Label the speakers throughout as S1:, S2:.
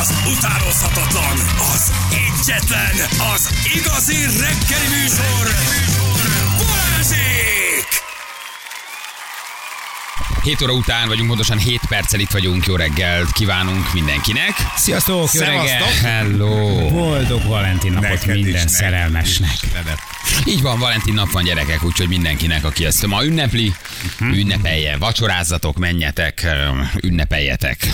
S1: az utánozhatatlan, az egyetlen, az igazi reggeli műsor, Balázsék!
S2: 7 óra után vagyunk, pontosan 7 perccel itt vagyunk. Jó reggelt kívánunk mindenkinek.
S3: Sziasztok, jó reggel!
S2: Hello!
S3: Boldog Valentin napot minden szerelmesnek.
S2: Így van, Valentin nap van gyerekek, úgyhogy mindenkinek, aki ezt ma ünnepli, ünnepelje, vacsorázzatok, menjetek, öm, ünnepeljetek.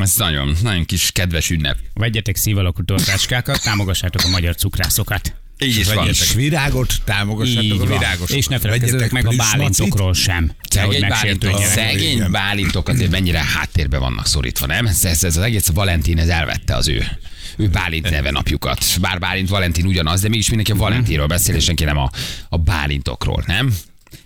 S2: Ez nagyon, nagyon kis kedves ünnep.
S3: Vegyetek szívalakú tortácskákat, támogassátok a magyar cukrászokat.
S2: Így is van.
S4: És virágot támogassatok a
S3: Így van.
S4: virágosokat.
S3: És ne feledkezzetek meg a
S4: plüss macit.
S3: bálintokról sem. Nehogy
S2: Szegény bálintok,
S3: megsértődjenek.
S2: szegény bálintok azért mennyire háttérbe vannak szorítva, nem? Ez, ez, ez az egész Valentin, ez elvette az ő ő Bálint neve napjukat. Bár Bálint Valentin ugyanaz, de mégis
S3: Mhm.
S2: mindenki a Valentinról beszél, és senki nem a, a Bálintokról, nem?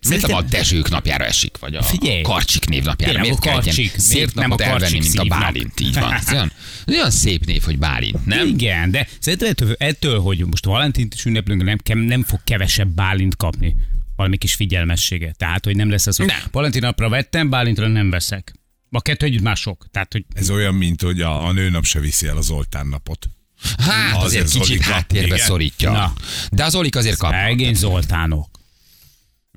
S2: Szerintem a Dezsők napjára esik, vagy a
S3: Figyelj!
S2: Karcsik névnapjára.
S3: Tényleg,
S2: Miért
S3: a
S2: kell egy ilyen
S3: Karcsik,
S2: szép
S3: miért nem
S2: napot
S3: a Karcsik
S2: elvenni, mint a
S3: szívnap?
S2: Bálint? Így van. Ez olyan, ez olyan szép név, hogy Bálint, nem?
S3: Igen, de szerintem ettől, ettől, hogy most Valentint is ünneplünk, nem, kem- nem fog kevesebb Bálint kapni valami kis figyelmessége. Tehát, hogy nem lesz az, hogy
S2: Nem.
S3: Valentin napra vettem, Bálintra nem veszek. A kettő együtt már sok. Tehát, hogy
S4: Ez olyan, mint hogy a, a nőnap se viszi el az oltán napot.
S2: Hát azért
S4: Azért
S2: kicsit
S4: Zolika.
S2: háttérbe
S4: Igen.
S2: szorítja.
S3: Na.
S2: De az Olik azért kapnak.
S3: szegény Zoltánok.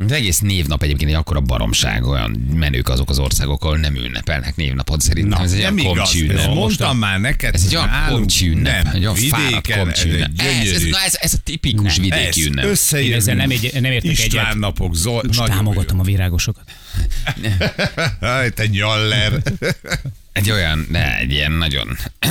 S2: Az egész névnap egyébként egy akkora baromság, olyan menők azok az országok, ahol nem ünnepelnek névnapot szerintem. Na, ez egy olyan
S4: Nem igaz,
S2: komcsi
S4: ezt
S2: ünnep.
S4: mondtam már neked.
S2: Ez egy olyan
S4: nálunk
S2: komcsi ünnep,
S4: nem,
S2: egy olyan fáradt
S4: vidéken
S2: komcsi
S4: ez egy
S2: ünnep. Ez, ez,
S4: gyönyörű.
S2: na, ez, ez a tipikus
S3: Nem.
S2: vidéki
S4: Ez
S2: ünnep.
S3: Én
S4: összejövünk.
S3: ezzel nem, egy, nem értek
S4: István
S3: egyet.
S4: napok, Zol...
S3: Most
S4: nagyon
S3: támogatom a virágosokat.
S4: jó. Aj, Te nyaller.
S2: Egy olyan, ne, egy ilyen nagyon...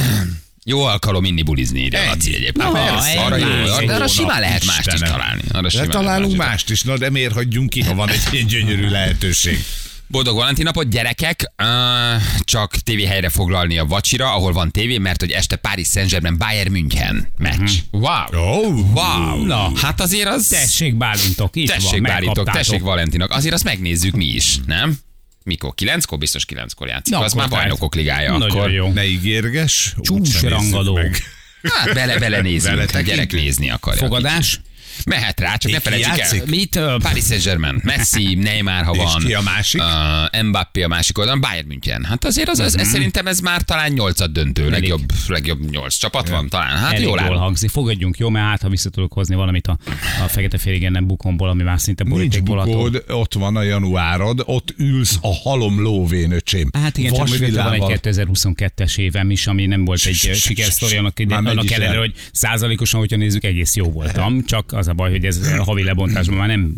S2: Jó alkalom inni bulizni ide, Laci egyébként.
S3: Na,
S2: Persze,
S3: egy
S2: arra, jó,
S3: más, egy
S2: arra, arra
S3: jó
S2: simán
S4: nap,
S2: lehet mást is
S4: Istenem.
S2: találni. Arra
S4: De
S2: simán lehet mást
S4: találunk
S2: is
S4: mást is, na de miért hagyjunk ki, ha van egy ilyen gyönyörű lehetőség.
S2: Boldog Valentin napot, gyerekek! Uh, csak tévé helyre foglalni a vacsira, ahol van tévé, mert hogy este Párizs Saint-Germain Bayern München meccs. Wow!
S4: Oh,
S2: Wow!
S3: Na.
S2: Hát azért az...
S3: Mhm. Tessék, Bálintok, itt
S2: tessék
S3: van,
S2: Bálintok,
S3: megkaptátok.
S2: tessék Valentinok. Azért azt megnézzük mi is, nem? Mikor? Kilenckor? Biztos kilenckor játszik.
S3: Na,
S2: az már
S3: akkor tehát.
S2: bajnokok ligája.
S3: Nagyon
S2: akkor.
S3: jó.
S4: Ne ígérges. úgysem
S3: Csúcsrangadó.
S4: nézzük meg.
S2: Hát bele, bele nézünk.
S4: Bele
S2: a gyerek
S4: tekintünk.
S2: nézni akarja.
S3: Fogadás?
S2: Mehet rá, csak ne
S4: Ki
S2: felejtsük el.
S4: játszik?
S3: Mit? ö,
S2: Paris Saint-Germain, Messi, Neymar, ha
S4: És
S2: van.
S4: ki a másik?
S2: Uh, Mbappé a másik oldalon, Bayern München. Hát azért az, az, ez
S4: Mhm.
S2: szerintem ez már talán nyolcad döntő, legjobb, legjobb nyolc csapat van talán. Hát
S3: Elég
S2: jól
S3: jól
S2: áll.
S3: hangzik. Fogadjunk, jó, mert hát, ha vissza tudok hozni valamit a, a fekete féligen nem bukomból, ami már szinte
S4: Nincs
S3: borítékból adó.
S4: bukód, ott van a januárod, ott ülsz a halom lóvén, öcsém.
S3: Hát igen, csak mögötte van egy 2022-es évem is, ami nem volt egy ö, sikersztori, annak, ide-
S4: Már megy
S3: annak
S4: is
S3: ellenére,
S4: el.
S3: hogy százalékosan, hogyha nézzük, egész jó voltam. Csak az a baj, hogy ez a havi lebontásban már nem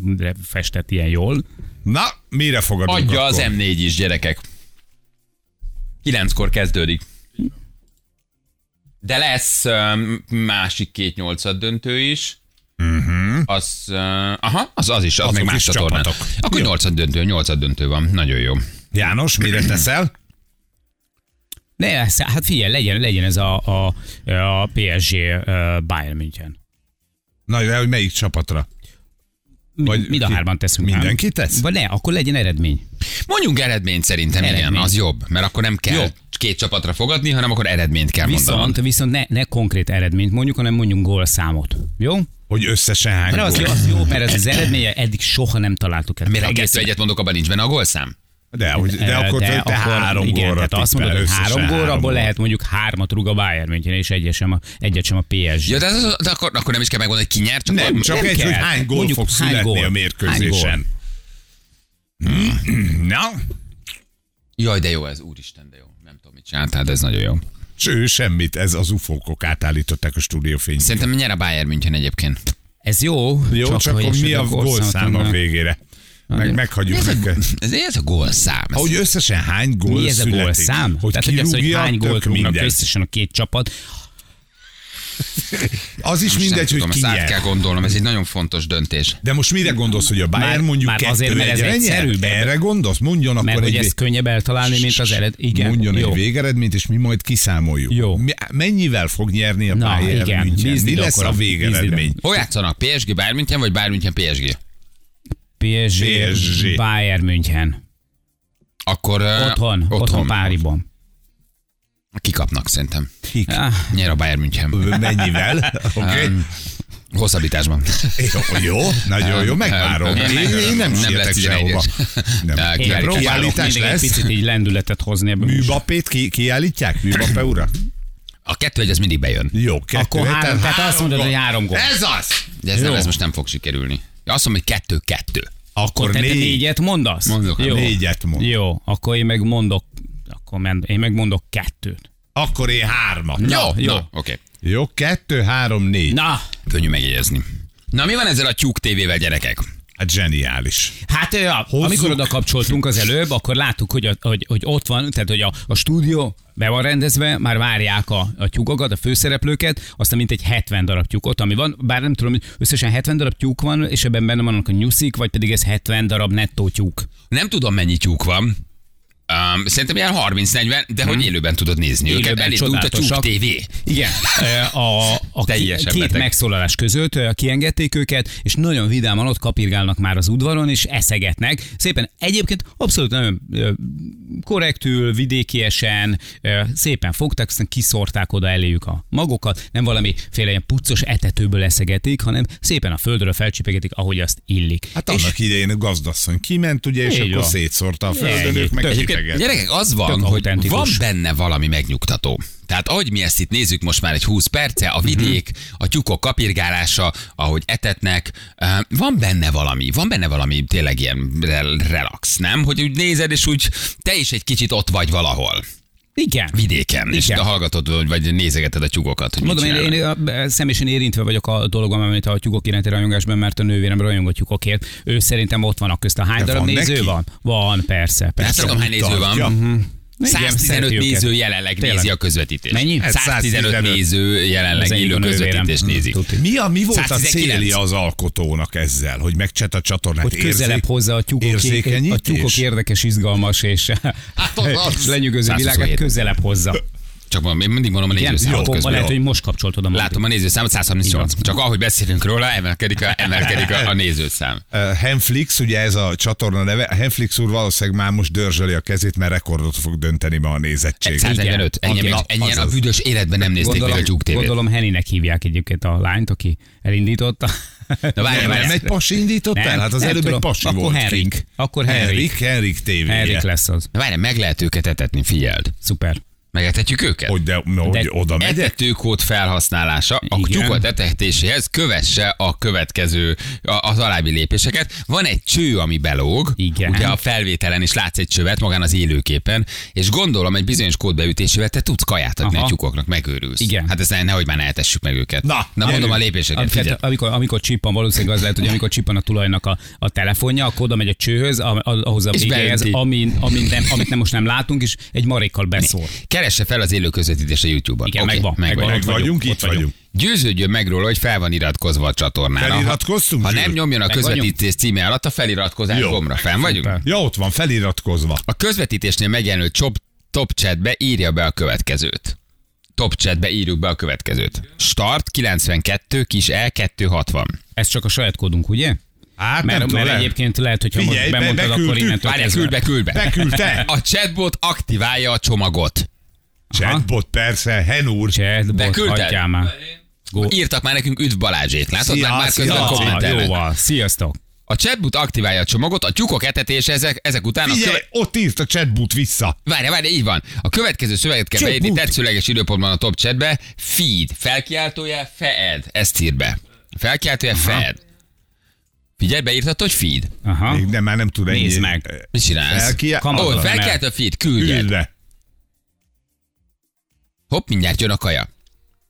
S3: festett ilyen jól.
S4: Na, mire fogadunk
S2: Adja
S4: akkor?
S2: az M4 is, gyerekek. Kilenckor kezdődik. De lesz um, másik két nyolcad döntő is. Uh-huh. Az, uh, aha, az, az is, az
S4: Mhm. Azok
S2: meg
S4: is
S2: más csatornán.
S4: csapatok.
S2: Akkor nyolcad döntő, nyolcad döntő van. Nagyon jó.
S4: János, mire teszel?
S3: Ne, ez- hát figyelj, legyen, legyen ez a, a, a PSG ö, Bayern München.
S4: Na, de hogy melyik csapatra?
S3: Mi-
S4: Vagy
S3: Mind a
S4: ki-
S3: hárman teszünk.
S4: mindenki
S3: nem?
S4: tesz?
S3: Vagy ne, akkor legyen eredmény.
S2: Mondjunk eredményt szerintem, igen,
S3: Eredmény.
S2: az jobb, mert akkor nem kell
S4: Jó.
S2: két csapatra fogadni, hanem akkor eredményt kell mondanod.
S3: Viszont, viszont ne, ne konkrét eredményt mondjuk, hanem mondjunk gólszámot. Jó?
S4: Hogy összesen hány
S3: De az jó,
S4: gól?
S3: az jó, mert ez az eredménye eddig soha nem találtuk el.
S2: Miért ha
S3: Egész-
S2: kettő egyet mondok, abban nincs benne a gólszám?
S4: De, hogy, de,
S3: Eh,
S4: akkor te, te három
S3: igen,
S4: gólra
S3: tehát azt mondod,
S4: tippel,
S3: hogy
S4: összesen
S3: három gólra, abból
S4: gól.
S3: lehet mondjuk hármat rúg a Bayern München, és egyet sem a, egyet sem a PSG.
S2: Ja, de, az, de akkor, akkor nem is kell megmondani, hogy ki nyer, csak
S4: Nem,
S2: akkor-
S4: csak
S3: nem
S4: egy,
S3: kell.
S4: hogy hány gól
S3: Mondjuk
S4: fog
S3: hány
S4: születni
S3: gól?
S4: a
S3: Hány
S4: mérkőzésen. Hmm. Na,
S2: Jaj, de jó ez, úristen, de jó. Nem tudom, mit csináltál, de ez nagyon jó.
S4: és ő semmit, ez az ufókok átállították a stúdiófényt.
S2: Szerintem nyer a Bayern München egyébként.
S3: Ez jó.
S4: Jó, csak,
S3: ha
S4: akkor mi a
S3: esetleg
S4: gólszám a
S3: gólszámot-
S4: végére? Meg, meghagyjuk neked.
S2: Ez, ez a gólszám. Ez,
S4: Ahogy összesen hány gól
S3: Mi ez a
S4: születik?
S3: gólszám?
S4: Hogy
S3: Tehát, hogy az, hogy
S4: kirúgja,
S3: hány
S4: tök
S3: gólt rúgnak
S4: mindegy.
S3: összesen a két csapat.
S4: Az is
S2: most nem
S4: mindegy, hogy
S2: tudom,
S4: ki
S2: ezt át
S4: nyer.
S2: kell gondolnom, ez egy nagyon fontos döntés.
S4: De most mire gondolsz, hogy a Bayern
S3: Már-
S4: mondjuk
S3: már
S4: kettő
S3: azért, mert ez
S4: egyre nyer?
S3: egyszerűbb.
S4: Erre gondolsz? Mondjon
S3: Mert
S4: akkor
S3: hogy
S4: egy
S3: ezt könnyebb eltalálni, mint az ered. Igen.
S4: Mondjon
S3: jó.
S4: egy végeredményt, és mi majd kiszámoljuk.
S3: Jó.
S4: Mi, mennyivel fog nyerni a
S3: Na,
S4: Bayern
S3: igen,
S4: München?
S3: bízd
S4: Mi
S3: ide
S4: lesz
S3: akkor,
S4: a végeredmény?
S3: bízd
S2: Hol játszanak? PSG Bayern München, vagy Bayern München PSG?
S3: PSG,
S4: PSG.
S3: Bayern München.
S2: Akkor ö,
S3: Otthon, otthon, otthon Páriban.
S2: Kikapnak szerintem.
S4: Kik?
S3: Ah,
S2: Nyer a Bayern München.
S4: Mennyivel? Oké.
S2: Hosszabbításban.
S4: Jó, jó, nagyon jó, megvárom.
S2: Nem,
S4: Én, én nem
S2: nem
S4: sietek
S2: lesz
S4: sehova.
S2: 11-es.
S4: Nem.
S2: Én
S3: Én
S2: Kiállítás
S3: próbálok
S4: Kiállítás
S3: mindig egy
S4: lesz.
S3: picit így lendületet hozni ebben.
S4: Műbapét ki, kiállítják? Műbapé ura?
S2: A kettő egy az mindig bejön.
S4: Jó, kettő.
S3: Akkor három,
S4: héten
S3: tehát azt mondod,
S4: gól.
S3: hogy három gól.
S4: Ez az!
S2: De ez, nem,
S3: Jó.
S2: ez most nem fog sikerülni. Ja, Azt mondom, hogy kettő-kettő.
S4: Akkor
S3: Te, te
S4: négy, hát
S3: négyet mondasz?
S2: Mondok,
S3: Jó.
S4: négyet mond.
S3: Jó, akkor én meg mondok, akkor men, én meg mondok kettőt.
S4: Akkor én hármat.
S2: Jó,
S3: jó.
S2: jó. Oké. Okay.
S4: Jó, kettő, három, négy.
S3: Na,
S2: Könnyű megjegyezni. Na, mi van ezzel a tyúk tévével, gyerekek?
S4: Hát zseniális.
S3: hát ö, a, amikor oda kapcsoltunk az előbb, akkor láttuk, hogy, a, hogy, hogy ott van, tehát hogy a, a stúdió be van rendezve, már várják a, a tyúkokat, a főszereplőket, aztán mint egy 70 darab tyúk ott, ami van, bár nem tudom, hogy összesen 70 darab tyúk van, és ebben benne vannak a nyuszik, vagy pedig ez 70 darab nettó tyúk.
S2: Nem tudom, mennyi tyúk van. Um, szerintem ilyen 30-40, de hogy élőben tudod nézni őket.
S3: Hm. Élőben
S2: Elindult a tyúk
S3: csodálatosak.
S2: tévé.
S3: Igen, ö, a, a
S2: Teljesen
S3: ki- két
S2: beteg.
S3: megszólalás között ö, kiengedték őket, és nagyon vidáman ott kapirgálnak már az udvaron, és eszegetnek. Szépen egyébként abszolút nagyon ö, korrektül, vidékiesen, ö, szépen fogták, aztán kiszorták oda eléjük a magokat, nem valamiféle ilyen puccos etetőből eszegetik, hanem szépen a földről felcsipegetik, ahogy azt illik.
S4: Hát annak idején a gazdasszony kiment, ugye, és
S3: Így
S4: akkor
S3: van.
S4: szétszórta a földön,
S3: Ennyi.
S4: ők meg
S3: Tök.
S2: Egyébként,
S4: kipegettek.
S2: gyerekek, az van,
S3: Tök
S2: hogy
S3: autentikus.
S2: van benne valami megnyugtató. Tehát ahogy mi ezt itt nézzük most már egy 20 perce,
S3: Mhm.
S2: a vidék, a tyúkok kapirgálása, ahogy etetnek, eh, van benne valami, van benne valami tényleg ilyen rel- relax, nem? Hogy úgy nézed, és úgy te is egy kicsit ott vagy valahol,
S3: Igen.
S2: vidéken, és
S3: Igen.
S2: te hallgatod, vagy- vagy nézegeted a tyúkokat, hogy mit
S3: Mondom, én,
S2: csinálnak.
S3: én a- személyesen érintve vagyok a dologom, amit a tyúkok iránti rajongásban, mert a nővérem rajong a tyúkokért. Ő szerintem ott van a közt. A hány
S4: De
S3: darab
S4: van
S3: néző
S4: neki?
S3: van? Van, persze.
S2: Nem
S3: persze.
S2: hát tudom, hány néző
S4: tartja.
S2: van.
S3: Mhm. Igen,
S2: 115
S3: szereti őket.
S2: néző jelenleg
S3: Tényleg.
S2: nézi a közvetítést.
S3: Mennyi?
S2: Hát 115
S4: 115
S2: néző jelenleg
S3: Az egyik
S2: élő
S3: a nővérem.
S2: közvetítést nézik.
S3: Tuti.
S4: Mi, a, mi volt
S2: 119?
S4: a célja az alkotónak ezzel, hogy megcset a
S2: Hát
S4: csatornát?
S3: Hogy közelebb hozza a tyúkok,
S4: érzékenyítés?
S3: a tyúkok érdekes, izgalmas és,
S2: Hát, az-
S3: és lenyűgöző világát
S2: 127.
S3: közelebb hozza.
S2: Csak mondom, én mindig mondom a
S3: Igen,
S2: nézőszámot
S3: jó,
S2: közben.
S3: lehet, hogy most kapcsoltod a monitoron.
S2: Látom a nézőszámot 138. Csak ahogy beszélünk róla, emelkedik a, emelkedik a, a nézőszám.
S4: Uh, Henflix, ugye ez a csatorna neve, Henflix úr valószínűleg már most dörzsöli a kezét, mert rekordot fog dönteni ma a
S3: Hát
S4: nézettség.
S2: 145.
S3: Igen.
S2: Ennyien,
S3: Na,
S2: ennyien a
S4: azaz.
S2: büdös életben nem nézték meg a tyúk tévét.
S3: gondolom Heninek hívják egyébként a lányt, aki elindította.
S2: Na várjál,
S4: Nem
S2: várjál.
S4: egy pasi indított
S3: Nem,
S4: el? Hát az
S3: nem
S4: előbb egy
S3: tudom.
S4: pasi
S3: Akkor
S4: volt.
S3: Henrik.
S4: kint.
S3: Akkor Henrik.
S4: Henrik, Henrik tévéje.
S3: Henrik lesz az.
S2: Na várjál, meg lehet őket etetni, figyeld.
S3: Szuper.
S2: Megetetjük őket?
S4: Hogy, de, no, hogy
S3: De-
S4: oda megyek?
S2: Etetőkód felhasználása a
S3: Igen.
S2: tyúkot etetéséhez kövesse a következő, a- az alábbi lépéseket. Van egy cső, ami belóg,
S3: Igen.
S2: ugye a felvételen is látsz egy csövet magán az élőképen, és gondolom egy bizonyos kód beütésével te tudsz kaját adni
S3: Aha.
S2: a tyúkoknak, megőrülsz.
S3: Igen.
S2: Hát ezt ne, nehogy már ne etessük meg őket.
S4: Na,
S2: Na mondom
S4: gyerünk.
S2: a lépéseket,
S3: Am-
S2: figyelj.
S3: tehát amikor, amikor csippan, valószínűleg az lehet, hogy amikor csippan a tulajnak a, a telefonja, akkor oda megy a csőhöz, a, a, ahhoz a
S2: És
S3: végéhez,
S2: beönti.
S3: amin, amin nem, amit nem, most nem látunk, és egy marékkal beszól.
S2: Keresse fel az élő közvetítést a YouTube-on.
S3: Igen,
S2: Oké,
S3: megvan, megvan.
S4: Meg
S3: Ott vagyunk,
S4: vagyunk,
S3: ott
S4: itt vagyunk.
S2: Győződjön meg róla, hogy fel van iratkozva a csatornára.
S4: Feliratkoztunk,
S2: Ha nem
S4: Zsül?
S2: nyomjon a
S3: Meg vagyunk.
S2: közvetítés címe alatt a feliratkozás
S4: Jó.
S2: gombra. Fenn vagyunk?
S4: Ja, ott van, feliratkozva.
S2: A közvetítésnél megjelenő top, top chatbe írja be a következőt. Top chatbe írjuk be a következőt. Start 92 kis E 260.
S3: Ez csak a saját kódunk, ugye?
S4: Hát nem
S3: Mert,
S4: tudom,
S3: mert
S4: lehet.
S3: egyébként lehet, hogyha
S4: Figyelj,
S3: most
S4: be-
S3: bemondtad, akkor
S4: beküldtük.
S3: innentől
S2: Várjál, küld be,
S3: kezdve.
S2: küld be.
S4: Beküldte?
S2: A chatbot aktiválja a csomagot.
S4: Chatbot, persze, Hen úr.
S3: Chatbot,
S2: Beküldted?
S3: hagyjál már. Go.
S2: Írtak már nekünk üdv Balázsét. Látod,
S4: Szia,
S2: már, már
S4: szia.
S2: közben
S4: Ja,
S2: kommentelnek.
S3: Jóval, sziasztok.
S2: A chatbot aktiválja a csomagot, a tyúkok etetése ezek, ezek után a
S4: Figyelj,
S2: követ...
S4: ott írt a chatbot vissza.
S2: Várj, várj, így van. A következő szöveget kell
S3: Chatbot.
S2: beírni tetszőleges időpontban a top chatbe. Feed. Felkiáltója, feed. Ezt ír be. Felkiáltója, feed. Figyelj, beírtad, hogy feed.
S3: Aha.
S4: Még nem, már nem tud ennyi.
S3: Nézd meg.
S2: Mit csinálsz?
S4: Elkia...
S3: Kamat.
S2: Ó,
S3: Adom el.
S2: felkelt a feed, küldjed.
S4: Ülve.
S2: Hopp, mindjárt jön a kaja.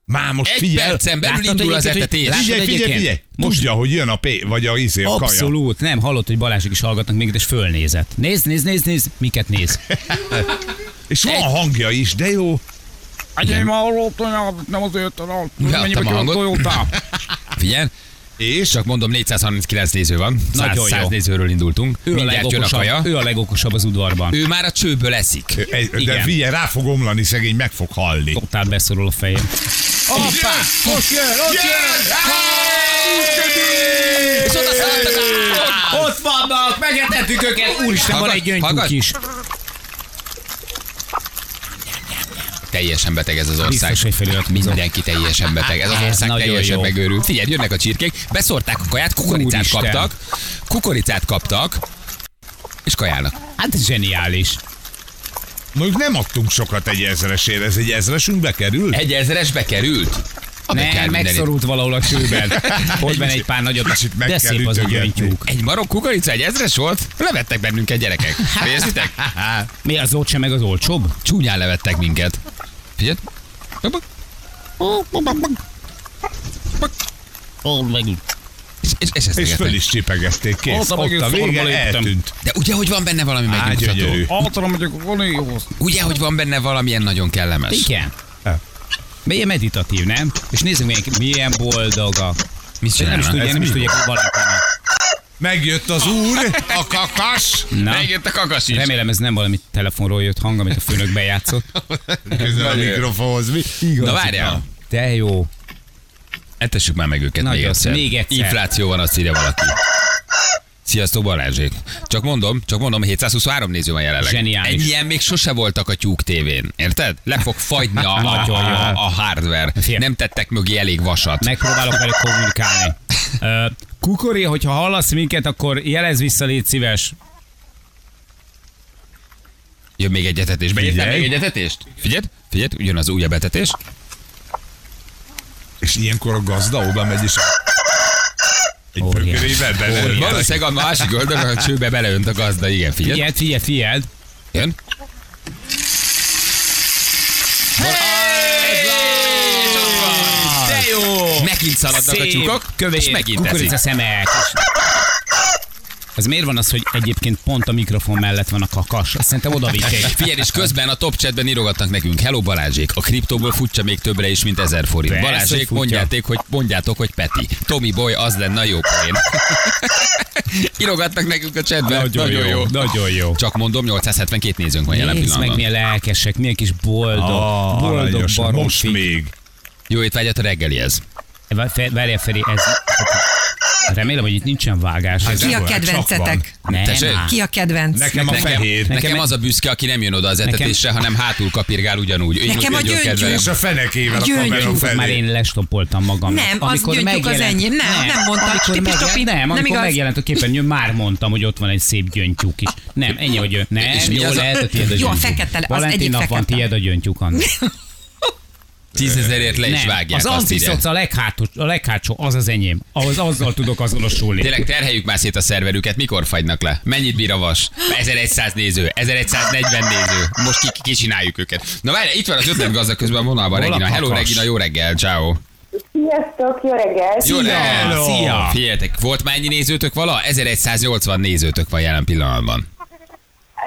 S4: Már most
S2: Egy
S4: figyel.
S2: percen belül
S3: Láttad
S2: indul az
S3: egyébként, hogy-
S2: etetés.
S3: Látod
S4: Figyelj, figyelj,
S3: egyébként?
S4: figyelj.
S3: Most-
S4: Tudja, hogy jön a P, vagy a izé, a kaja.
S3: Abszolút, nem, hallott, hogy Balázsik is hallgatnak minket, és fölnézett. Nézd, nézd, nézd, nézd, miket néz.
S4: És van hangja is, de jó.
S3: Egyébként már hallottam, nem azért talál.
S2: Mennyibe került a Figyelj,
S4: És?
S2: csak mondom, 439 néző van. 100,
S3: Nagyon jó.
S2: 100 nézőről indultunk.
S3: Ő a,
S2: mindjárt jön a kaja.
S3: legokosabb, ő a legokosabb az udvarban.
S2: Ő már a csőből eszik.
S4: Egy- De
S3: Igen.
S4: figyelj, rá fog omlani szegény, meg fog halni.
S3: Totál beszorul a fején.
S4: Hoppá! Most jön, ott jön! Működik!
S2: És oda szaladtak
S3: Ott vannak, megetettük őket. Úristen, van
S2: Hallgass,
S3: egy gyöngytyúk
S2: hallgass.
S3: is.
S2: Teljesen beteg ez az ország.
S3: Biztos, hogy feliratkozom.
S2: Mindenki teljesen beteg. Ez az
S3: Ez
S2: ország
S3: nagyon
S2: teljesen
S3: jó.
S2: megőrült. Figyelj, jönnek a csirkék, beszórták a kaját, kukoricát
S3: Úristen.
S2: kaptak. Kukoricát kaptak, és kajálnak.
S3: Hát ez zseniális.
S4: Mondjuk nem adtunk sokat egy ezresért, ez egy ezresünk bekerül?
S2: Egy ezeres bekerült. A be kell
S3: Nem,
S2: mindenit.
S3: megszorult valahol a csőben. Ott benne egy pár nagyot,
S4: kicsit meg
S3: de
S4: kell
S3: szép az a
S4: ütögetni.
S3: gyöngytyúk.
S2: Egy marok kukorica, egy ezres volt? Levettek bennünket gyerekek. Érzitek?
S3: Mi az ott sem meg az olcsóbb?
S2: Csúnyán levettek minket. Figyeld. És, és, és, ezt
S4: És
S2: égetnek.
S4: föl is csipegették, kész.
S3: Ott a
S4: Ott a vége,
S3: formaléptem.
S4: eltűnt.
S2: De ugye, hogy van benne valami
S4: Á,
S2: megnyugtató?
S4: gyönyörű.
S3: Általam mondjuk van jóhoz.
S2: Ugye, hogy van benne valamilyen nagyon kellemes?
S3: Igen.
S4: Ha.
S3: Milyen meditatív, nem? És nézzük milyen, milyen boldog a...
S2: Mit
S3: Nem is
S2: csinálnak?
S3: tudják,
S4: Ez
S3: nem is
S4: mi?
S3: tudják, hogy valentin.
S4: Megjött az úr, a kakas.
S3: Na,
S2: Megjött a kakas is.
S3: remélem ez nem valami telefonról jött hang, amit a főnök bejátszott.
S4: Közel a mikrofonhoz, mi?
S2: Na várjál,
S3: De jó.
S2: etessük már meg őket
S3: Nagyon,
S2: még egyszer.
S3: még egyszer.
S2: Infláció van, azt írja valaki. Sziasztok Balázsék. Csak mondom, csak mondom, 723 néző van jelenleg.
S3: Zseniális.
S2: Ennyien még sose voltak a tyúk tévén. Érted? Le fog fagyni a, a,
S3: Nagyon jó.
S2: a, a hardware.
S3: Fél.
S2: Nem tettek mögé elég vasat.
S3: Megpróbálok velük kommunikálni. Ö, Kukori, hogyha hallasz minket, akkor jelez vissza, légy szíves.
S2: Jön még egy etetés. Beírtál
S4: Figyelj.
S2: még egy etetést? Figyeld, figyeld, jön az újabb etetés.
S4: És ilyenkor a gazda oda megy, és egy
S3: Óriás.
S4: pökörével bele.
S2: Valószínűleg a másik oldalon a csőbe beleönt a gazda. Igen, figyeld.
S3: Figyeld, figyeld, figyeld.
S2: Jön.
S3: De jó!
S2: Megint szaladnak a tyúkok, és megint
S3: kukorica
S2: teszik.
S3: szemek. Ez miért van az, hogy egyébként pont a mikrofon mellett van a kakas? Azt szerintem oda vitték.
S2: Figyelj, és közben a top chatben írogatnak nekünk. Hello Balázsék, a kriptóból futja még többre is, mint 1000 forint.
S3: Persze, hogy
S2: Balázsék,
S3: futja.
S2: mondjáték, hogy, mondjátok, hogy Peti. Tomi Boy, az lenne a jó poén. írogatnak nekünk a chatben. Nagyon, nagyon jó.
S3: Nagyon jó.
S2: Csak mondom, 872 nézőnk van jelen
S3: Nézd meg,
S2: pillanatban.
S3: milyen lelkesek, milyen kis boldog,
S4: Ah,
S3: boldog
S4: aranyos, most
S3: baromfi.
S4: még.
S2: Jó étvágyat a reggelihez.
S3: Várjál, Feri, ez... Hát Remélem, hogy itt nincsen vágás. Ez
S5: Ki a
S4: van,
S5: kedvencetek?
S3: nem.
S2: Tessék?
S3: áll.
S5: Ki a kedvenc?
S4: Nekem a fehér.
S2: Nekem,
S3: Nekem-
S2: nekem, az a büszke, aki nem jön oda az etetésre, hanem hátul kapirgál ugyanúgy. Ő
S5: Nekem
S2: úgy
S5: a
S2: vagyok,
S5: gyöngyös.
S2: kedvelem.
S4: És a fenekével a
S5: Gyöngyös.
S4: kamera
S3: Gyöngyöket már
S4: felé.
S3: én lestopoltam magam.
S5: Nem, az gyöngyök az enyém. Nem, nem mondtad.
S3: Amikor
S5: Tipis topi.
S3: megjelent, nem,
S5: Nem
S3: amikor
S5: igaz.
S3: megjelent a képernyőn, már mondtam, hogy ott van egy szép gyöngytyúk is. Nem, ennyi, hogy gyöngy. Nem,
S2: És mi
S3: jó
S2: az a-
S3: lehet a tiéd a
S5: Jó, a
S3: gyöngytyúk.
S5: fekete, az
S3: Valentin
S5: egyik
S3: nap van
S5: fekete.
S3: tiéd a gyöngytyúk, Anna.
S2: Tízezerért le is vágják.
S3: az
S2: azt írják.
S3: antiszoc a, leghátos, a leghátsó, az az enyém. Ahhoz azzal tudok azonosulni.
S2: Tényleg terheljük már szét a szerverüket, mikor fagynak le? Mennyit bír a vas? 1100 néző, 1140 néző. Most ki, ki, kicsináljuk őket. Na várj, itt van az ötlet gazda közben a vonalban,
S3: Hol a
S2: Regina. Hello,
S3: kakas?
S2: Regina, jó reggel, ciao.
S6: Sziasztok, jó reggelt!
S2: Jó reggel.
S3: Szia!
S2: Figyeljetek, volt már ennyi nézőtök vala? 1180 nézőtök van jelen pillanatban.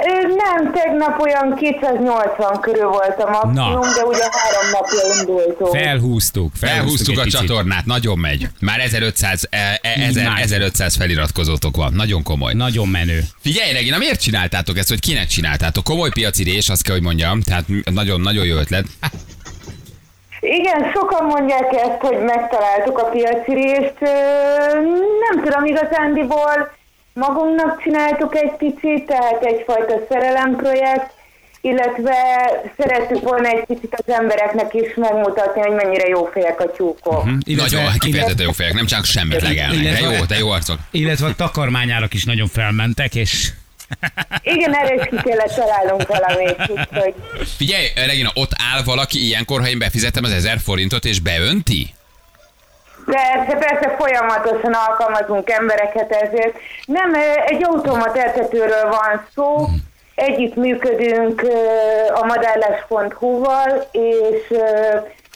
S6: Ö, Nem, tegnap olyan 280 körül volt a maximum,
S3: Na.
S6: de ugye három napja indultunk.
S3: Felhúztuk,
S2: Felhúztuk
S3: egy
S2: a
S3: picit.
S2: csatornát, nagyon megy. Már 1500, eh, eh,
S3: Így
S2: ezer-
S3: már.
S2: 1500 feliratkozótok van, nagyon komoly.
S3: Nagyon menő.
S2: Figyelj, Regina, miért csináltátok ezt, hogy kinek csináltátok? Komoly piaci rés, azt kell, hogy mondjam. Tehát nagyon-nagyon jó ötlet.
S6: Igen, sokan mondják ezt, hogy megtaláltuk a piacirést. Ö, Nem tudom, igazándiból magunknak csináltuk egy picit, tehát egyfajta szerelemprojekt, illetve szerettük volna egy kicsit az embereknek is megmutatni, hogy mennyire jó fejek a tyúkok.
S3: Illetve-
S2: Nagyon kifejezetten jó fejek, nem csak semmit legelnek. De
S3: Illetve-
S2: jó, te jó arcok.
S3: Illetve a takarmányárak is nagyon felmentek, és
S6: Igen, erre is ki kellett találnunk valamit, úgyhogy...
S2: Figyelj, Regina, ott áll valaki ilyenkor, ha én befizetem az 1000 forintot, és beönti?
S6: Persze, persze folyamatosan alkalmazunk embereket ezért. Nem, egy automat etetőről van szó, együtt működünk ö, a madárlás.hu-val, és ö,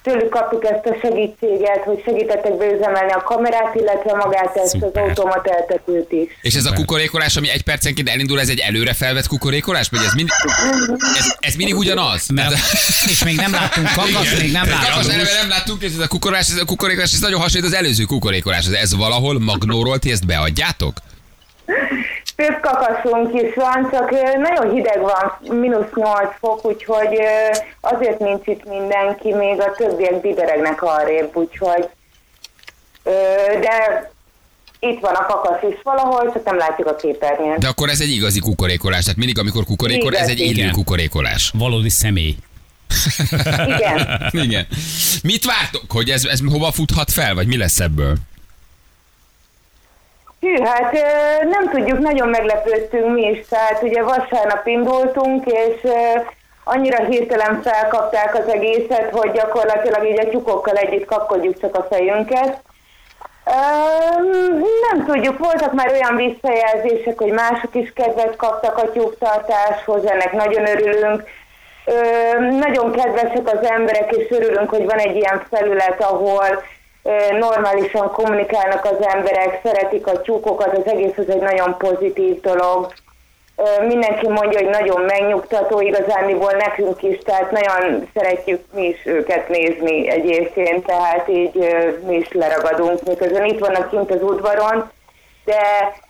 S6: tőlük kaptuk ezt a segítséget, hogy segítettek beüzemelni a kamerát, illetve magát ezt
S3: Szuper.
S6: az automat eltetőt is.
S2: És ez a kukorékolás, ami egy percenként elindul, ez egy előre felvett kukorékolás? Vagy ez, mind, ez, ez mindig ugyanaz?
S3: Mert,
S2: Tehát-
S3: és még nem láttunk kakas, még nem
S2: Kakas
S3: láttunk.
S2: eleve nem láttunk, és ez a kukorás, ez a kukorékolás, ez nagyon hasonlít az előző kukorékoláshoz. Ez valahol magnóról ti ezt beadjátok?
S6: Több kakasunk is van, csak ö, nagyon hideg van, mínusz 8 fok, úgyhogy ö, azért nincs itt mindenki, még a többiek bideregnek arrébb, úgyhogy... ö, De itt van a kakas is valahol, csak nem látjuk a képernyőn.
S2: De akkor ez egy igazi kukorékolás. Tehát mindig, amikor kukorékol, ez egy
S6: Igazi.
S2: illő
S3: Igen.
S2: kukorékolás.
S3: Valódi személy.
S6: Igen.
S2: Igen. Mit vártok, hogy ez, ez hova futhat fel, vagy mi lesz ebből?
S6: Hű, hát ö, nem tudjuk, nagyon meglepődtünk mi is, tehát ugye vasárnap indultunk, és ö, annyira hirtelen felkapták az egészet, hogy gyakorlatilag így a tyúkokkal együtt kapkodjuk csak a fejünket. Öm, nem tudjuk, voltak már olyan visszajelzések, hogy mások is kedvet kaptak a tyúktartáshoz, ennek nagyon örülünk. Öm, nagyon kedvesek az emberek, és örülünk, hogy van egy ilyen felület, ahol ö, normálisan kommunikálnak az emberek, szeretik a tyúkokat, az egész az egy nagyon pozitív dolog. Ö, Mindenki mondja, hogy nagyon megnyugtató igazándiból nekünk is, tehát nagyon szeretjük mi is őket nézni egyébként, tehát így ö, mi is leragadunk, miközben itt vannak kint az udvaron, de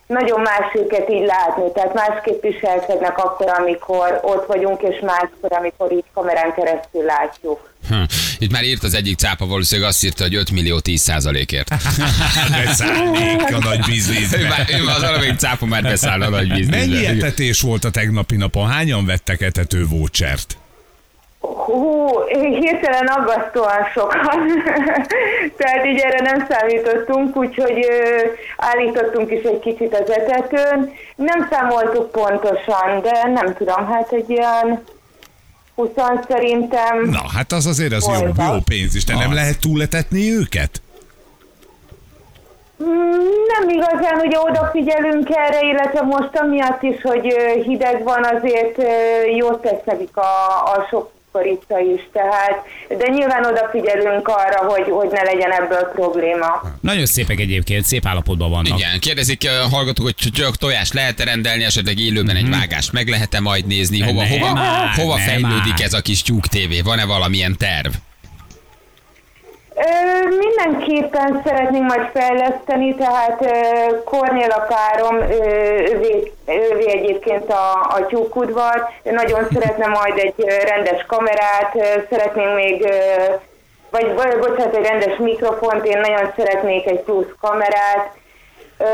S6: nagyon más őket így látni, tehát másképp viselkednek akkor, amikor ott vagyunk, és máskor, amikor így kamerán keresztül látjuk.
S2: Hm. Itt már írt az egyik cápa, valószínűleg azt írta, hogy 5 millió 10 százalékért.
S4: Beszállnék a nagy
S2: ő,
S4: bizniszbe.
S2: már, ő már az valamelyik cápa már beszáll a nagy bizniszbe.
S4: Mennyi etetés volt a tegnapi napon? Hányan vettek etető vouchert?
S6: Hú, hirtelen aggasztóan sokan. Tehát így erre nem számítottunk, úgyhogy ö, állítottunk is egy kicsit az etetőn. Nem számoltuk pontosan, de nem tudom, hát egy ilyen 20 szerintem.
S4: Na, hát az azért az jó,
S6: Voltak.
S4: jó pénz is. De nem
S2: Az.
S4: lehet túletetni őket?
S6: Mm, Nem igazán, ugye odafigyelünk erre, illetve most amiatt is, hogy ö, hideg van, azért ö, jót tesz nekik a, a sok korica is, tehát, de nyilván odafigyelünk arra, hogy, hogy ne legyen ebből probléma.
S3: Nagyon szépek egyébként, szép állapotban vannak.
S2: Igen, kérdezik eh, hallgatók, hogy csak tojást lehet rendelni, esetleg élőben egy vágást meg lehet-e majd nézni, hova,
S3: Mhm. Nem
S2: hova,
S3: már,
S2: hova
S3: nem
S2: fejlődik
S3: már.
S2: ez a kis tyúk tévé, van-e valamilyen terv?
S6: Ö, Mindenképpen szeretnénk majd fejleszteni, tehát ö, Kornél a párom, ö, ővé, ővé egyébként a, a tyúkudvar, ő nagyon szeretne majd egy ö, rendes kamerát, ö, szeretnénk még, ö, vagy vagy bocsánat, egy rendes mikrofont, én nagyon szeretnék egy plusz kamerát. Ö,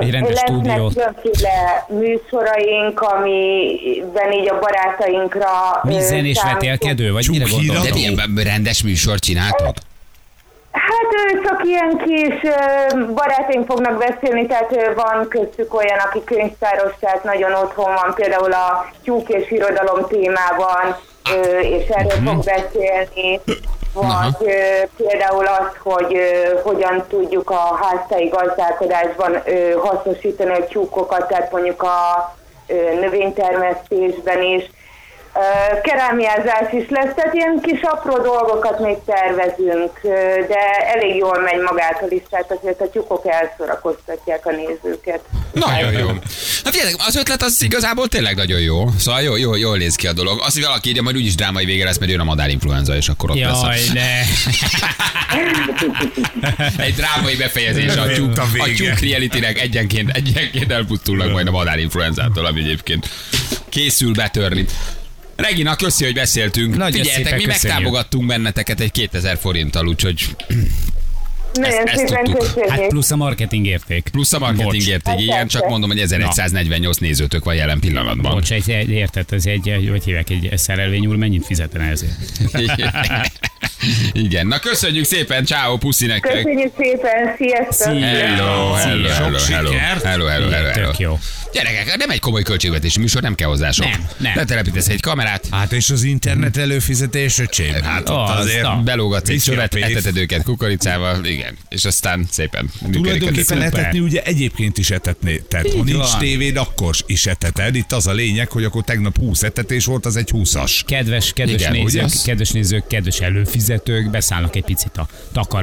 S3: Egy rendes
S6: lesznek
S3: stúdiót.
S6: különféle műsoraink, amiben így a barátainkra... ö,
S3: Mi zenés
S6: számítunk.
S3: vetélkedő, vagy mire
S4: Csúkhíra?
S2: De
S3: gondoltok?
S2: ilyen rendes műsort csináltok?
S6: Hát ö, csak ilyen kis ö, barátaink fognak beszélni, tehát ö, van köztük olyan, aki könyvtáros, tehát nagyon otthon van, például a tyúk és irodalom témában, ö, és erről fog beszélni. Vagy ö, például az, hogy ö, hogyan tudjuk a háztai gazdálkodásban ö, hasznosítani a tyúkokat, tehát mondjuk a ö, növénytermesztésben is. Ö, Kerámiázás is lesz, tehát ilyen kis apró dolgokat még tervezünk, ö, de elég jól megy magától is, tehát azért a tyúkok elszórakoztatják a nézőket.
S2: Nagyon jó. Hát figyeljetek, az ötlet az igazából tényleg nagyon jó. Szóval jó, jó, jól néz ki a dolog. Azt, hogy valaki írja, majd úgyis drámai vége lesz, mert jön a madárinfluenza, és akkor ott lesz a...
S3: Jaj, ne.
S2: Egy drámai befejezés a tyúk,
S4: Jött a
S2: a
S4: vége.
S2: tyúk reality-nek egyenként, egyenként elpusztulnak majd a madárinfluenzától, ami egyébként készül betörni. Regina, köszi, hogy beszéltünk.
S3: Nagyon
S2: Figyeljetek,
S3: szépen
S2: mi
S3: köszönjük.
S2: megtámogattunk benneteket egy 2000 forinttal, úgyhogy
S6: Nagyon
S2: ezt
S6: szépen
S2: tudtuk.
S3: Hát
S6: köszönjük.
S3: plusz a marketing érték.
S2: plusz a marketing
S3: Bocs.
S2: érték, igen, csak mondom, hogy 1148 nézőtök van jelen pillanatban.
S3: Bocs, egy, egy, érted, ez egy, egy, hogy hívják, egy szerelvény úr mennyit fizetne ezért?
S2: Igen, na köszönjük szépen, ciao, puszi nektek.
S6: Köszönjük szépen, sziasztok!
S3: Szia.
S2: Hello, hello,
S3: Sok
S2: hello, hello,
S4: sikert.
S2: hello, hello, hello, hello.
S3: Tök jó.
S2: Gyerekek, nem egy komoly költségvetési műsor, nem kell hozzá sok.
S3: Nem, nem.
S2: Letelepítesz egy kamerát,
S4: Hát és az internet előfizetés, öcsém? Hát ott
S3: az,
S4: azért...
S3: na.
S2: belógatsz egy
S4: Viszi a
S2: csövet,
S4: pénzt.
S2: eteted őket kukoricával, igen, és aztán szépen működik a
S4: Tulajdonképpen
S2: dolog.
S4: etetni ugye egyébként is etetni. Tehát ha
S3: Így
S4: nincs
S3: van.
S4: tévéd, akkor is eteted. Itt az a lényeg, hogy akkor tegnap 20 etetés volt, az egy 20-as.
S3: Kedves, kedves,
S2: Igen,
S3: Igen,
S2: ugye
S3: nézők,
S2: az?
S3: kedves nézők, kedves előfizetők, beszállnak egy picit a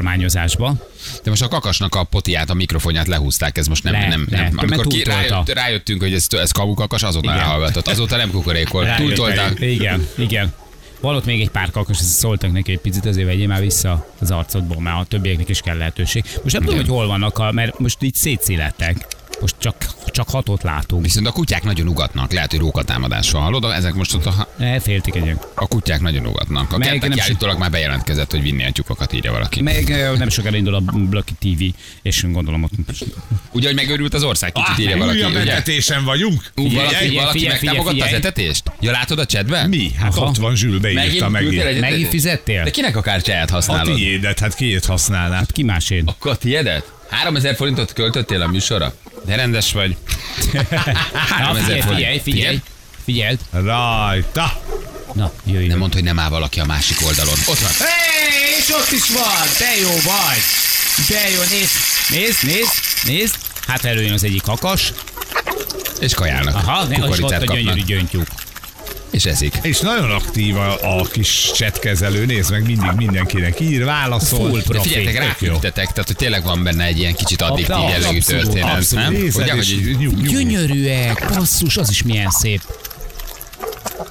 S3: takarmányozásba.
S2: De most a kakasnak a potiát, a mikrofonját lehúzták, ez most nem,
S3: Le,
S2: nem,
S3: le.
S2: nem.
S3: Mert
S2: Amikor ki,
S3: túltolta.
S2: rájött, rájöttünk, hogy ez, ez kavukakas, azóta
S3: Igen.
S2: elhallgatott, azóta nem kukorékol,
S3: Rájöttek.
S2: túltolták.
S3: Igen, igen. Van ott még egy pár kakas, ezt szóltak neki egy picit, azért vegyél már vissza az arcodból, mert a többieknek is kell lehetőség. Most nem tudom, hogy hol vannak, a- mert most így szétszélettek. Most csak, csak hatot látunk.
S2: Viszont a kutyák nagyon ugatnak, lehet, hogy rókatámadásra hallod, ezek most ott a,
S3: Elféltik egyébként.
S2: a kutyák nagyon ugatnak. A
S3: Melyik
S2: kertek
S3: nem sik-
S2: állítólag már bejelentkezett, hogy vinni a tyúkokat, írja valaki.
S3: Meg ö, nem sokára indul a Blaki TV, és gondolom ott...
S2: Ugye, hogy megőrült az ország, kicsit írja
S4: Újabb
S2: valaki. Ugye?
S4: etetésen vagyunk.
S2: Ú,
S3: Ah, Figyelj,
S2: valaki,
S3: figyelj,
S2: valaki
S3: figyelj,
S2: megtámogatta
S3: figyelj,
S2: az
S3: figyelj.
S2: etetést? Ja, látod a chatben?
S4: Mi? Hát
S3: Aha.
S4: ott van Zsül, beírta megint. megint.
S2: küldtél egy etetést?
S3: Megint fizettél?
S2: De kinek a kártyáját
S4: A
S2: használod?
S4: tiédet, hát kiét használnád?
S3: Ki másé?
S2: Akkor a tiédet? 3000 forintot költöttél a műsorra? De rendes vagy.
S3: Na,
S2: 3000
S3: figyelj,
S2: forint.
S3: figyelj, figyelj, figyeld.
S4: Rajta!
S3: Na, jöjjön.
S2: Nem mondd, hogy nem áll valaki a másik oldalon. Ott van.
S3: Hey, és ott is van! De jó vagy! De jó, nézd! Nézd, nézd, nézd! Hát előjön az egyik kakas.
S2: És kajálnak.
S3: Aha, ne, és ott a
S2: Kukoricát kapnak.
S3: gyönyörű gyöngytyúk.
S2: És eszik.
S4: És nagyon aktív a, a kis csetkezelő, nézd meg, mindig mindenkinek ír, válaszol.
S3: Full
S2: De
S3: profi.
S2: figyeljetek,
S4: tök jó.
S2: ráfűtetek, tehát hogy tényleg van benne egy ilyen kicsit addiktív
S3: Abszolút,
S2: jellegű
S3: abszolút,
S2: történet,
S3: abszolút.
S2: nem?
S4: Nézed,
S2: Ugye,
S4: és
S2: hogy így-
S4: nyug, nyug.
S3: Gyönyörűek, basszus, az is milyen szép.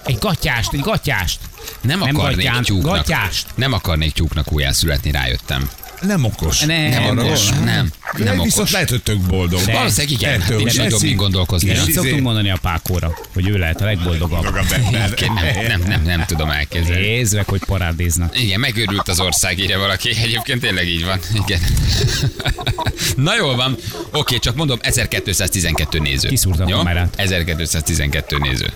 S3: Egy gatyást, egy gatyást.
S2: nem
S3: Nem
S2: akarnék
S3: gatyám,
S2: tyúknak.
S3: gatyást.
S2: Nem akarnék tyúknak újjászületni, rájöttem.
S4: Nem okos.
S3: Ne,
S2: Nem
S3: nem
S2: okos.
S3: volna.
S2: Nem, nem
S4: Nem viszont
S2: okos.
S4: lehet, hogy tök boldog.
S3: De-
S2: Valószínűleg igen, hát
S4: Ettől
S2: én
S4: is
S2: sem tudom,
S4: eszik.
S2: mint gondolkozni.
S4: És
S3: Ezt
S4: izé-
S3: szoktunk mondani a pákóra, hogy ő lehet a legboldogabb.
S4: Maga ember.
S2: Nem, nem, nem, nem tudom elképzelni.
S3: Nézd meg, hogy parádéznak.
S2: Igen, megőrült az ország, írja valaki. Egyébként tényleg így van. Igen. Na jól van. Oké, csak mondom, 1212 néző.
S3: Kiszúrta a
S2: Jó?
S3: kamerát.
S2: 1212 néző.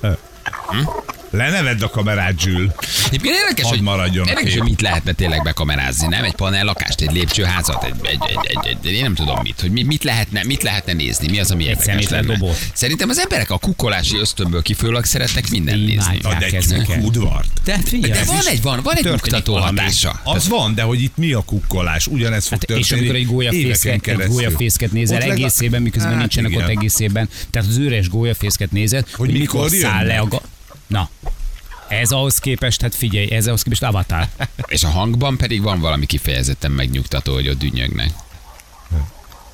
S4: Lenevedd a kamerát, Jules.
S2: Egyébként érdekes,
S4: Hadd
S2: hogy,
S4: maradjon a
S2: érdekes
S4: kép.
S2: hogy mit lehetne tényleg bekamerázni, nem? Egy panel lakást, egy lépcsőházat, egy, egy, egy, egy, egy én nem tudom mit, hogy mi, mit, lehetne, mit lehetne nézni, mi az, ami érdekes
S3: szemétlen
S2: lenne.
S3: doboz.
S2: Szerintem az emberek a kukolási ösztönből kifolyólag szeretnek mindent nézni.
S3: Imádják.
S4: Adj egy
S3: Elkezdek
S4: kuk-
S3: el.
S4: udvart.
S3: Tehát
S2: De
S3: figyelj,
S2: van egy, van, van egy buktató
S3: valami.
S2: hatása.
S4: Az van, de hogy itt mi a kukkolás? Ugyanez fog
S3: Hát
S4: történni.
S3: és amikor egy
S4: éveken
S3: gólyafészket, egy
S4: keresztül.
S3: gólyafészket nézel
S4: Ott legalább-
S3: egészében, miközben
S4: Hát
S3: nincsenek
S4: igen.
S3: ott egészében. Tehát az üres gólyafészket nézed, hogy, mikor,
S4: mikor
S3: száll
S4: jönnek.
S3: le a... Ga- Na, ez ahhoz képest, hát figyelj, ez ahhoz képest avatar.
S2: És a hangban pedig van valami kifejezetten megnyugtató, hogy ott dünnyögnek.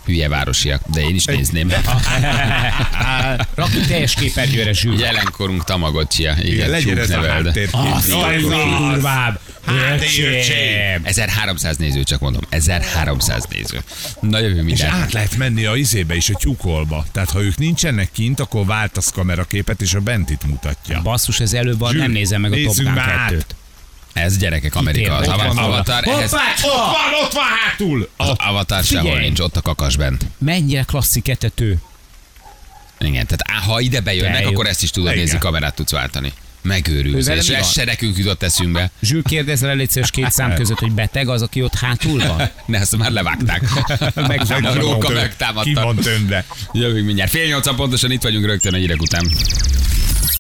S2: Hülye városiak, de én is nézném.
S3: Rakj teljes képernyőre zsűl.
S2: Jelenkorunk tamagotsia. Igen,
S4: Igen, legyen ez a
S2: csúkneveld.
S4: háttérkép.
S3: Azt a kurvább!
S4: Hát,
S3: Öcsém!
S2: 1300 néző, csak mondom. 1300 néző. Na jövő
S4: És
S2: minden.
S4: át lehet menni a izébe is, a tyúkolba. Tehát ha ők nincsenek kint, akkor váltasz kameraképet, és a bentit mutatja.
S3: Basszus, ez előbb van,
S4: Zsűl,
S3: nem nézem meg a Top
S4: nézzünk
S3: Gun
S4: már át.
S3: 2-t.
S2: Ez gyerekek Amerika. Az
S3: Ott van
S2: ava-
S3: oda.
S2: avatar, ehhez
S4: Ott van, ott van hátul!
S2: az avatar sehol
S3: Figyelj!
S2: nincs, ott a kakas bent.
S3: Mennyire klasszik etető.
S2: Igen, tehát á, ha ide
S3: De
S2: bejönnek,
S3: jó.
S2: akkor ezt is tudod
S4: Igen.
S2: nézni, kamerát tudsz váltani. Megőrülsz,
S3: Ővel
S2: és
S3: mi
S2: ez
S3: van?
S2: se nekünk jutott eszünkbe.
S3: Zsül kérdezel el légy szíves, két
S4: Hát.
S3: szám között, hogy beteg az, aki ott hátul van?
S2: Ne, ezt már levágták.
S4: Meg
S2: a
S4: van
S2: róka
S4: tön- Ki
S2: megtámadta.
S4: van tönve.
S2: Jövünk mindjárt. Fél nyolcan pontosan itt vagyunk rögtön a hírek után.